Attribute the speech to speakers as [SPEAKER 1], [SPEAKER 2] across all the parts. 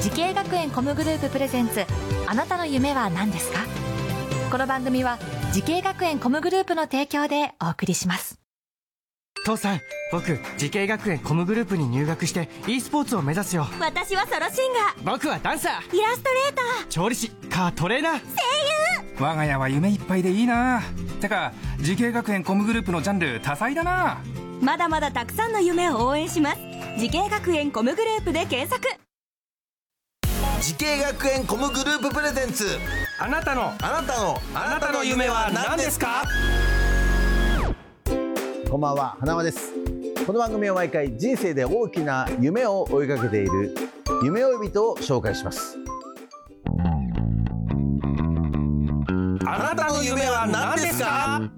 [SPEAKER 1] 時系学園コムグループプレゼンツあなたの夢は何ですかこの番組は時系学園コムグループの提供でお送りします
[SPEAKER 2] 父さん僕慈恵学園コムグループに入学して e スポーツを目指すよ
[SPEAKER 3] 私はソロシンガ
[SPEAKER 2] 僕はダンサー
[SPEAKER 3] ーイラストレータ
[SPEAKER 2] 調理師カートレーナー
[SPEAKER 4] 我が家は夢いっぱいでいいなてか慈恵学園コムグループのジャンル多彩だな
[SPEAKER 3] ーまだまだたくさんの夢を応援します時系学園コムグループで検索
[SPEAKER 5] 時系学園コムグループプレゼンツ
[SPEAKER 2] あなたの
[SPEAKER 5] あなたのあなたの夢は何ですか
[SPEAKER 6] こんばんは花輪ですこの番組は毎回人生で大きな夢を追いかけている夢追い人を紹介します
[SPEAKER 5] あなたの夢は何ですか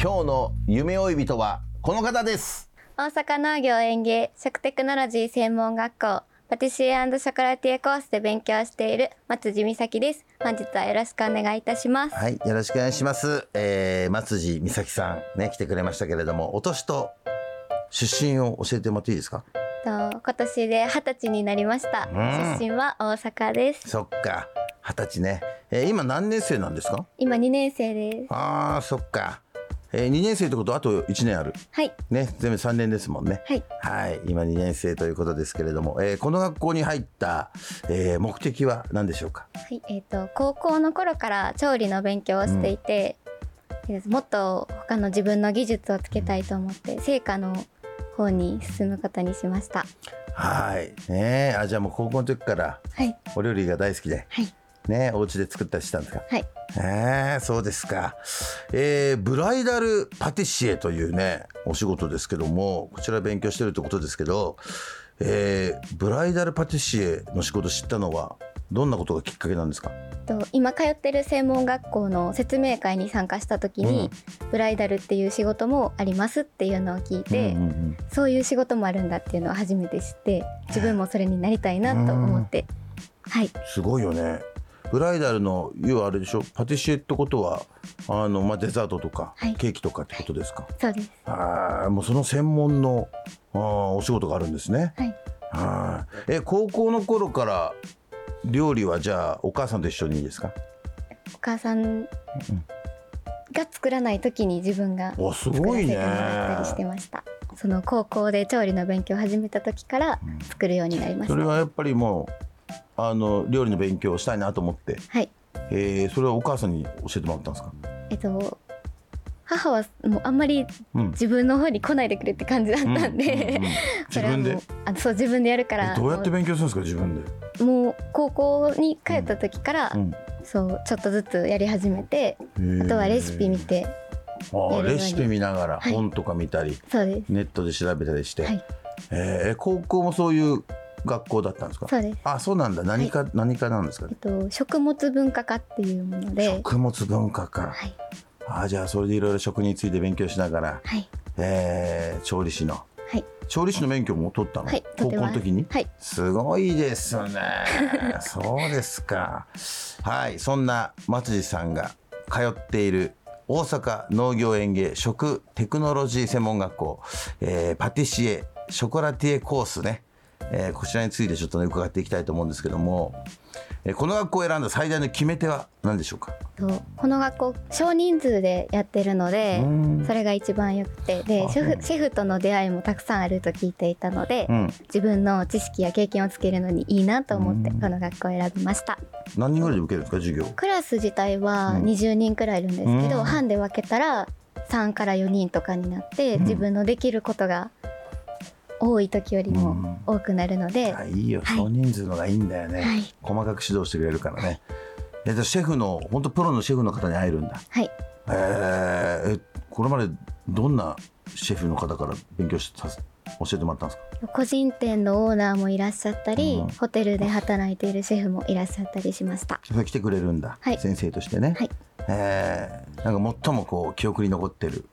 [SPEAKER 6] 今日の夢追い人はこの方です
[SPEAKER 7] 大阪農業園芸食テクノロジー専門学校パティシエショコラティエコースで勉強している松地美咲です本日はよろしくお願いいたします
[SPEAKER 6] はいよろしくお願いします、えー、松地美咲さんね来てくれましたけれどもお年と出身を教えてもらっていいですか
[SPEAKER 7] と今年で二十歳になりました
[SPEAKER 6] ん
[SPEAKER 7] 出身は大阪です
[SPEAKER 6] そっか二十歳ね、えー、今何年生なんですか
[SPEAKER 7] 今2年生です
[SPEAKER 6] あーそっか、えー、2年生ってことあと1年ある
[SPEAKER 7] はい
[SPEAKER 6] ね全部3年ですもんね
[SPEAKER 7] はい
[SPEAKER 6] はい、今2年生ということですけれども、えーこの学校に入った、えー目的は何でしょうか。
[SPEAKER 7] はい、えっ、と高校の頃から調理の勉強をしていて、もっと他の自分の技術をつけたいと思って成果の方に進むことにしました
[SPEAKER 6] はい、ねえ、あ、じゃあもう高校の時から
[SPEAKER 7] はい
[SPEAKER 6] お料理が大好きで、
[SPEAKER 7] はい
[SPEAKER 6] ねえ、お家で作ったりしたんですか。
[SPEAKER 7] はい
[SPEAKER 6] えー、そうですか、えーブライダルパティシエというね、お仕事ですけども、こちら勉強してるってことですけど。えーブライダルパティシエの仕事知ったのは、どんなことがきっかけなんですか。
[SPEAKER 7] と今通ってる専門学校の説明会に参加した時に、ブライダルっていう仕事もありますっていうのを聞いて、
[SPEAKER 6] うんうんうん
[SPEAKER 7] そういう仕事もあるんだっていうのを初めて知って自分もそれになりたいなと思って、はい
[SPEAKER 6] すごいよねブライダルの要はあれでしょパティシエってことはあの、まあ、デザートとか、
[SPEAKER 7] はい
[SPEAKER 6] ケーキとかってことですか、
[SPEAKER 7] そうです
[SPEAKER 6] ああもうその専門のあーお仕事があるんですね
[SPEAKER 7] はい
[SPEAKER 6] はいえ高校の頃から料理はじゃあお母さんと一緒にいいですか
[SPEAKER 7] お母さんが作らない時に自分が
[SPEAKER 6] おす
[SPEAKER 7] 作
[SPEAKER 6] ご
[SPEAKER 7] ら
[SPEAKER 6] い
[SPEAKER 7] せて
[SPEAKER 6] ね
[SPEAKER 7] もらったりしてましたその高校で調理の勉強を始めた時から作るようになりました、
[SPEAKER 6] それはやっぱりもうあの料理の勉強をしたいなと思って、
[SPEAKER 7] はい
[SPEAKER 6] えーそれはお母さんに教えてもらったんですか
[SPEAKER 7] えっと母はもうあんまり
[SPEAKER 6] うん
[SPEAKER 7] 自分の方に来 ないでくれって感じだったんで、
[SPEAKER 6] うんうんう ん自
[SPEAKER 7] それは
[SPEAKER 6] 分で
[SPEAKER 7] もうあそう自分でやるから
[SPEAKER 6] えどうやって勉強するんですか自分で、
[SPEAKER 7] もうもう高校に通った時から、
[SPEAKER 6] うん
[SPEAKER 7] そうちょっとずつやり始めて、あとはレシピ見て
[SPEAKER 6] ああ
[SPEAKER 7] やるよう
[SPEAKER 6] レ
[SPEAKER 7] に
[SPEAKER 6] シピ見ながら
[SPEAKER 7] はい
[SPEAKER 6] 本とか見たり、
[SPEAKER 7] そうです
[SPEAKER 6] ネットで調べたりして、
[SPEAKER 7] はい
[SPEAKER 6] えー高校もそういう学校だったんですか
[SPEAKER 7] そうです
[SPEAKER 6] あそうなんだ何か、何かなんですか
[SPEAKER 7] えっ
[SPEAKER 6] ね
[SPEAKER 7] と食物文化科っていうもので
[SPEAKER 6] 食物文化か、
[SPEAKER 7] はい
[SPEAKER 6] あじゃあそれでいろいろ食について勉強しながら、
[SPEAKER 7] はい
[SPEAKER 6] えー調理師の
[SPEAKER 7] はい
[SPEAKER 6] 調理師の免許も取ったの、
[SPEAKER 7] はい
[SPEAKER 6] 高
[SPEAKER 7] 取って
[SPEAKER 6] 校
[SPEAKER 7] ま
[SPEAKER 6] の
[SPEAKER 7] す
[SPEAKER 6] 時に、
[SPEAKER 7] はい
[SPEAKER 6] すごいですねそうですかはいそんな松地さんが通っている大阪農業園芸食テクノロジー専門学校、えーパティシエショコラティエコースね、えーこちらについてちょっとね伺っていきたいと思うんですけども、えーこの学校を選んだ最大の決め手は何でしょうか
[SPEAKER 7] とこの学校少人数でやってるので
[SPEAKER 6] うん
[SPEAKER 7] それが一番よくてでシェフシェフとの出会いもたくさんあると聞いていたので、
[SPEAKER 6] うん
[SPEAKER 7] 自分の知識や経験をつけるのにいいなと思ってこの学校を選びました。
[SPEAKER 6] 何人ぐらいで受けるんですか授業
[SPEAKER 7] クラス自体は
[SPEAKER 6] うん
[SPEAKER 7] 20人くらいいるんですけど、
[SPEAKER 6] うん
[SPEAKER 7] 班で分けたら3から4人とかになって、
[SPEAKER 6] うん
[SPEAKER 7] 自分のできることが多い時よりも多くなるので、
[SPEAKER 6] あいいよ
[SPEAKER 7] はい
[SPEAKER 6] 少人数のがいいんだよね、
[SPEAKER 7] はい
[SPEAKER 6] 細かく指導してくれるからね、えっとシェフの本当プロのシェフの方に会えるんだ
[SPEAKER 7] はい
[SPEAKER 6] えーえこれまでどんなシェフの方から勉強しさせ教えてもらったんですか
[SPEAKER 7] 個人店のオーナーもいらっしゃったり、
[SPEAKER 6] うん
[SPEAKER 7] ホテルで働いているシェフもいらっしゃったりしました。
[SPEAKER 6] それ来てくれるんだ、
[SPEAKER 7] はい
[SPEAKER 6] 先生としてね、
[SPEAKER 7] はい
[SPEAKER 6] えーなんか最もこう記憶に残ってる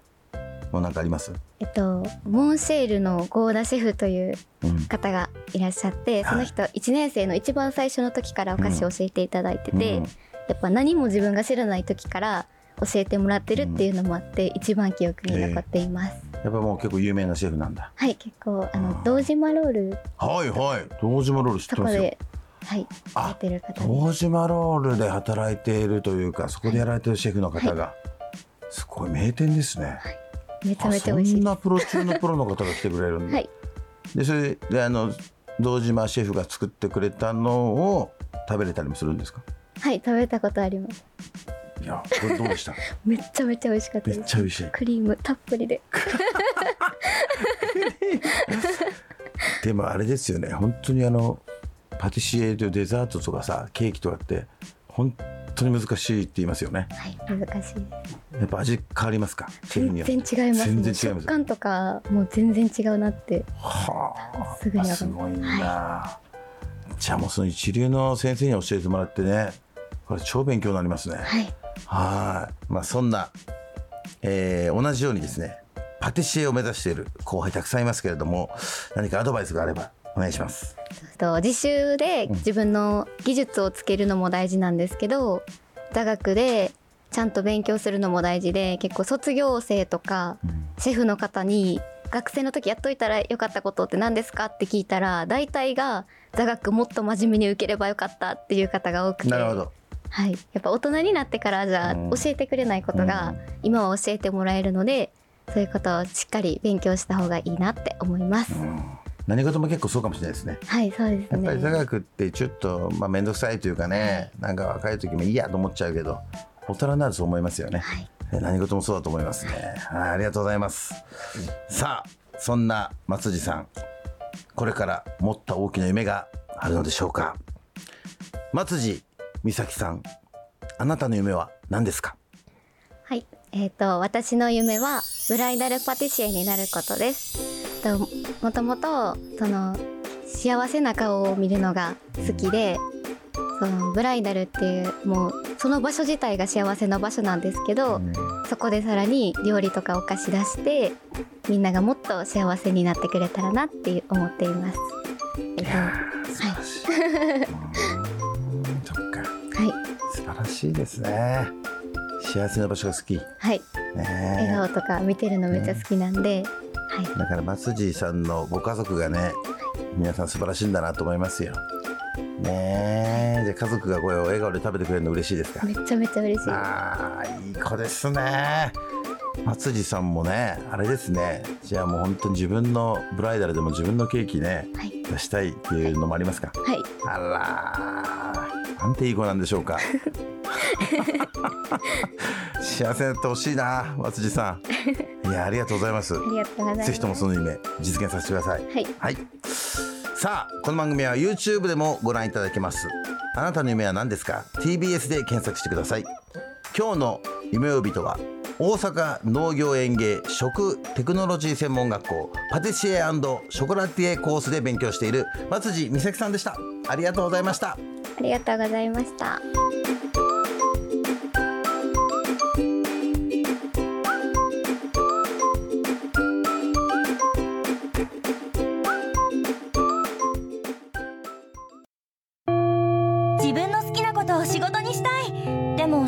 [SPEAKER 6] もうなんかあります
[SPEAKER 7] えっと、モンシェールのゴーダシェフという
[SPEAKER 6] うん
[SPEAKER 7] 方がいらっしゃって
[SPEAKER 6] はい
[SPEAKER 7] その人1年生の一番最初の時からお菓子を教えていただいてて、
[SPEAKER 6] うん
[SPEAKER 7] やっぱ何も自分が知らない時から教えてもらってるっていうのもあって、一番記憶に残っています、
[SPEAKER 6] やっぱもう結構有名なシェフなんだ
[SPEAKER 7] はい結構あの堂島ロール
[SPEAKER 6] はいはい堂島ロール知って
[SPEAKER 7] とか
[SPEAKER 6] ますよ
[SPEAKER 7] ではい
[SPEAKER 6] あ
[SPEAKER 7] やってる方で
[SPEAKER 6] 堂島ロールで働いているというかそこでやられてるシェフの方が、すごい名店ですね、
[SPEAKER 7] めちゃ
[SPEAKER 6] あ
[SPEAKER 7] めちゃ美味し
[SPEAKER 6] そん
[SPEAKER 7] い
[SPEAKER 6] なプロ中のプロの方が来てくれるんだ、
[SPEAKER 7] はい
[SPEAKER 6] でそれであの堂島シェフが作ってくれたのを食べれたりもするんですか
[SPEAKER 7] はい食べたことあります
[SPEAKER 6] いやこれどうでした
[SPEAKER 7] めっちゃめちゃ美味しかった
[SPEAKER 6] め
[SPEAKER 7] で
[SPEAKER 6] っ
[SPEAKER 7] す
[SPEAKER 6] ちゃ美味しい
[SPEAKER 7] クリームたっぷりで
[SPEAKER 6] でもあれですよね本当にあのパティシエとデザートとかさケーキとかって本当に難しいって言いますよね
[SPEAKER 7] はい難しい
[SPEAKER 6] やっぱ味変わりますかシェフ
[SPEAKER 7] 全
[SPEAKER 6] によって
[SPEAKER 7] 然違います
[SPEAKER 6] 全然違います
[SPEAKER 7] 食感とかもう全然違うなって
[SPEAKER 6] は
[SPEAKER 7] すぐに
[SPEAKER 6] あ
[SPEAKER 7] 分かる
[SPEAKER 6] すごいな、じゃあもうその一流の先生に教えてもらってねこれ超勉強になりますね
[SPEAKER 7] はい
[SPEAKER 6] はいまあそんな、えー同じようにですねパティシエを目指している後輩たくさんいますけれども何かアドバイスがあればお願いします
[SPEAKER 7] と自習で自分の技術をつけるのも大事なんですけど座学でちゃんと勉強するのも大事で結構卒業生とかシェフの方に学生の時やっといたらよかったことって何ですかって聞いたら大体が座学もっと真面目に受ければよかったっていう方が多くて
[SPEAKER 6] なるほど
[SPEAKER 7] はい、やっぱ大人になってからじゃ
[SPEAKER 6] うん
[SPEAKER 7] 教えてくれないこと
[SPEAKER 6] う
[SPEAKER 7] が
[SPEAKER 6] ん
[SPEAKER 7] 今は教えてもらえるのでそういうことをしっかり勉強した方がいいなって思います。
[SPEAKER 6] 何事も結構そうかもしれないですね
[SPEAKER 7] はい、そうです
[SPEAKER 6] やっ
[SPEAKER 7] ね。
[SPEAKER 6] ぱり座学ってちょっとまあ面倒くさいというかね、なんか若い時もいいやと思っちゃうけど大人になると思いますよね、
[SPEAKER 7] はい
[SPEAKER 6] え何事もそうだと思いますねはいありがとうございますさあそんな松地さんこれから持った大きな夢があるのでしょうか松地美咲さんあなたの夢は何ですか
[SPEAKER 7] はい、えっ、と私の夢はブライダルパティシエになることです。ともともとその幸せな顔を見るのが好きで、そのブライダルっていうもうその場所自体が幸せの場所なんですけど、そこでさらに料理とかお菓子出してみんながもっと幸せになってくれたらなっていう思っています。えっ、と
[SPEAKER 6] 素晴らしい、うんそっか
[SPEAKER 7] はい
[SPEAKER 6] 素晴らしいですね幸せな場所が好きね
[SPEAKER 7] はい
[SPEAKER 6] え
[SPEAKER 7] 笑顔とか見てるのめっちゃ好きなんで、はい。
[SPEAKER 6] だから松地さんのご家族がね皆さん素晴らしいんだなと思いますよ。ねえじゃあ家族がこれを笑顔で食べてくれるの嬉しいですか
[SPEAKER 7] めちゃめちゃ嬉しいです。
[SPEAKER 6] あーいい子ですね松地さんもねあれですねじゃあもう本当に自分のブライダルでも自分のケーキね
[SPEAKER 7] はい
[SPEAKER 6] 出したいっていうのもありますか
[SPEAKER 7] はい。
[SPEAKER 6] あらーなんていい子なんでしょう か幸せになってほしいな松地さんいやありがとうございます
[SPEAKER 7] ありがとうございます。
[SPEAKER 6] ぜひともその夢実現させてください。
[SPEAKER 7] はい。
[SPEAKER 6] はい。さあこの番組は YouTube でもご覧いただけます。あなたの夢は何ですか？TBS で検索してください。今日の夢呼びとは大阪農業園芸食テクノロジー専門学校パティシエショコラティエコースで勉強している松地美咲さんでした。ありがとうございました。
[SPEAKER 7] ありがとうございました。
[SPEAKER 3] 自分の好きなことを仕事にしたいでも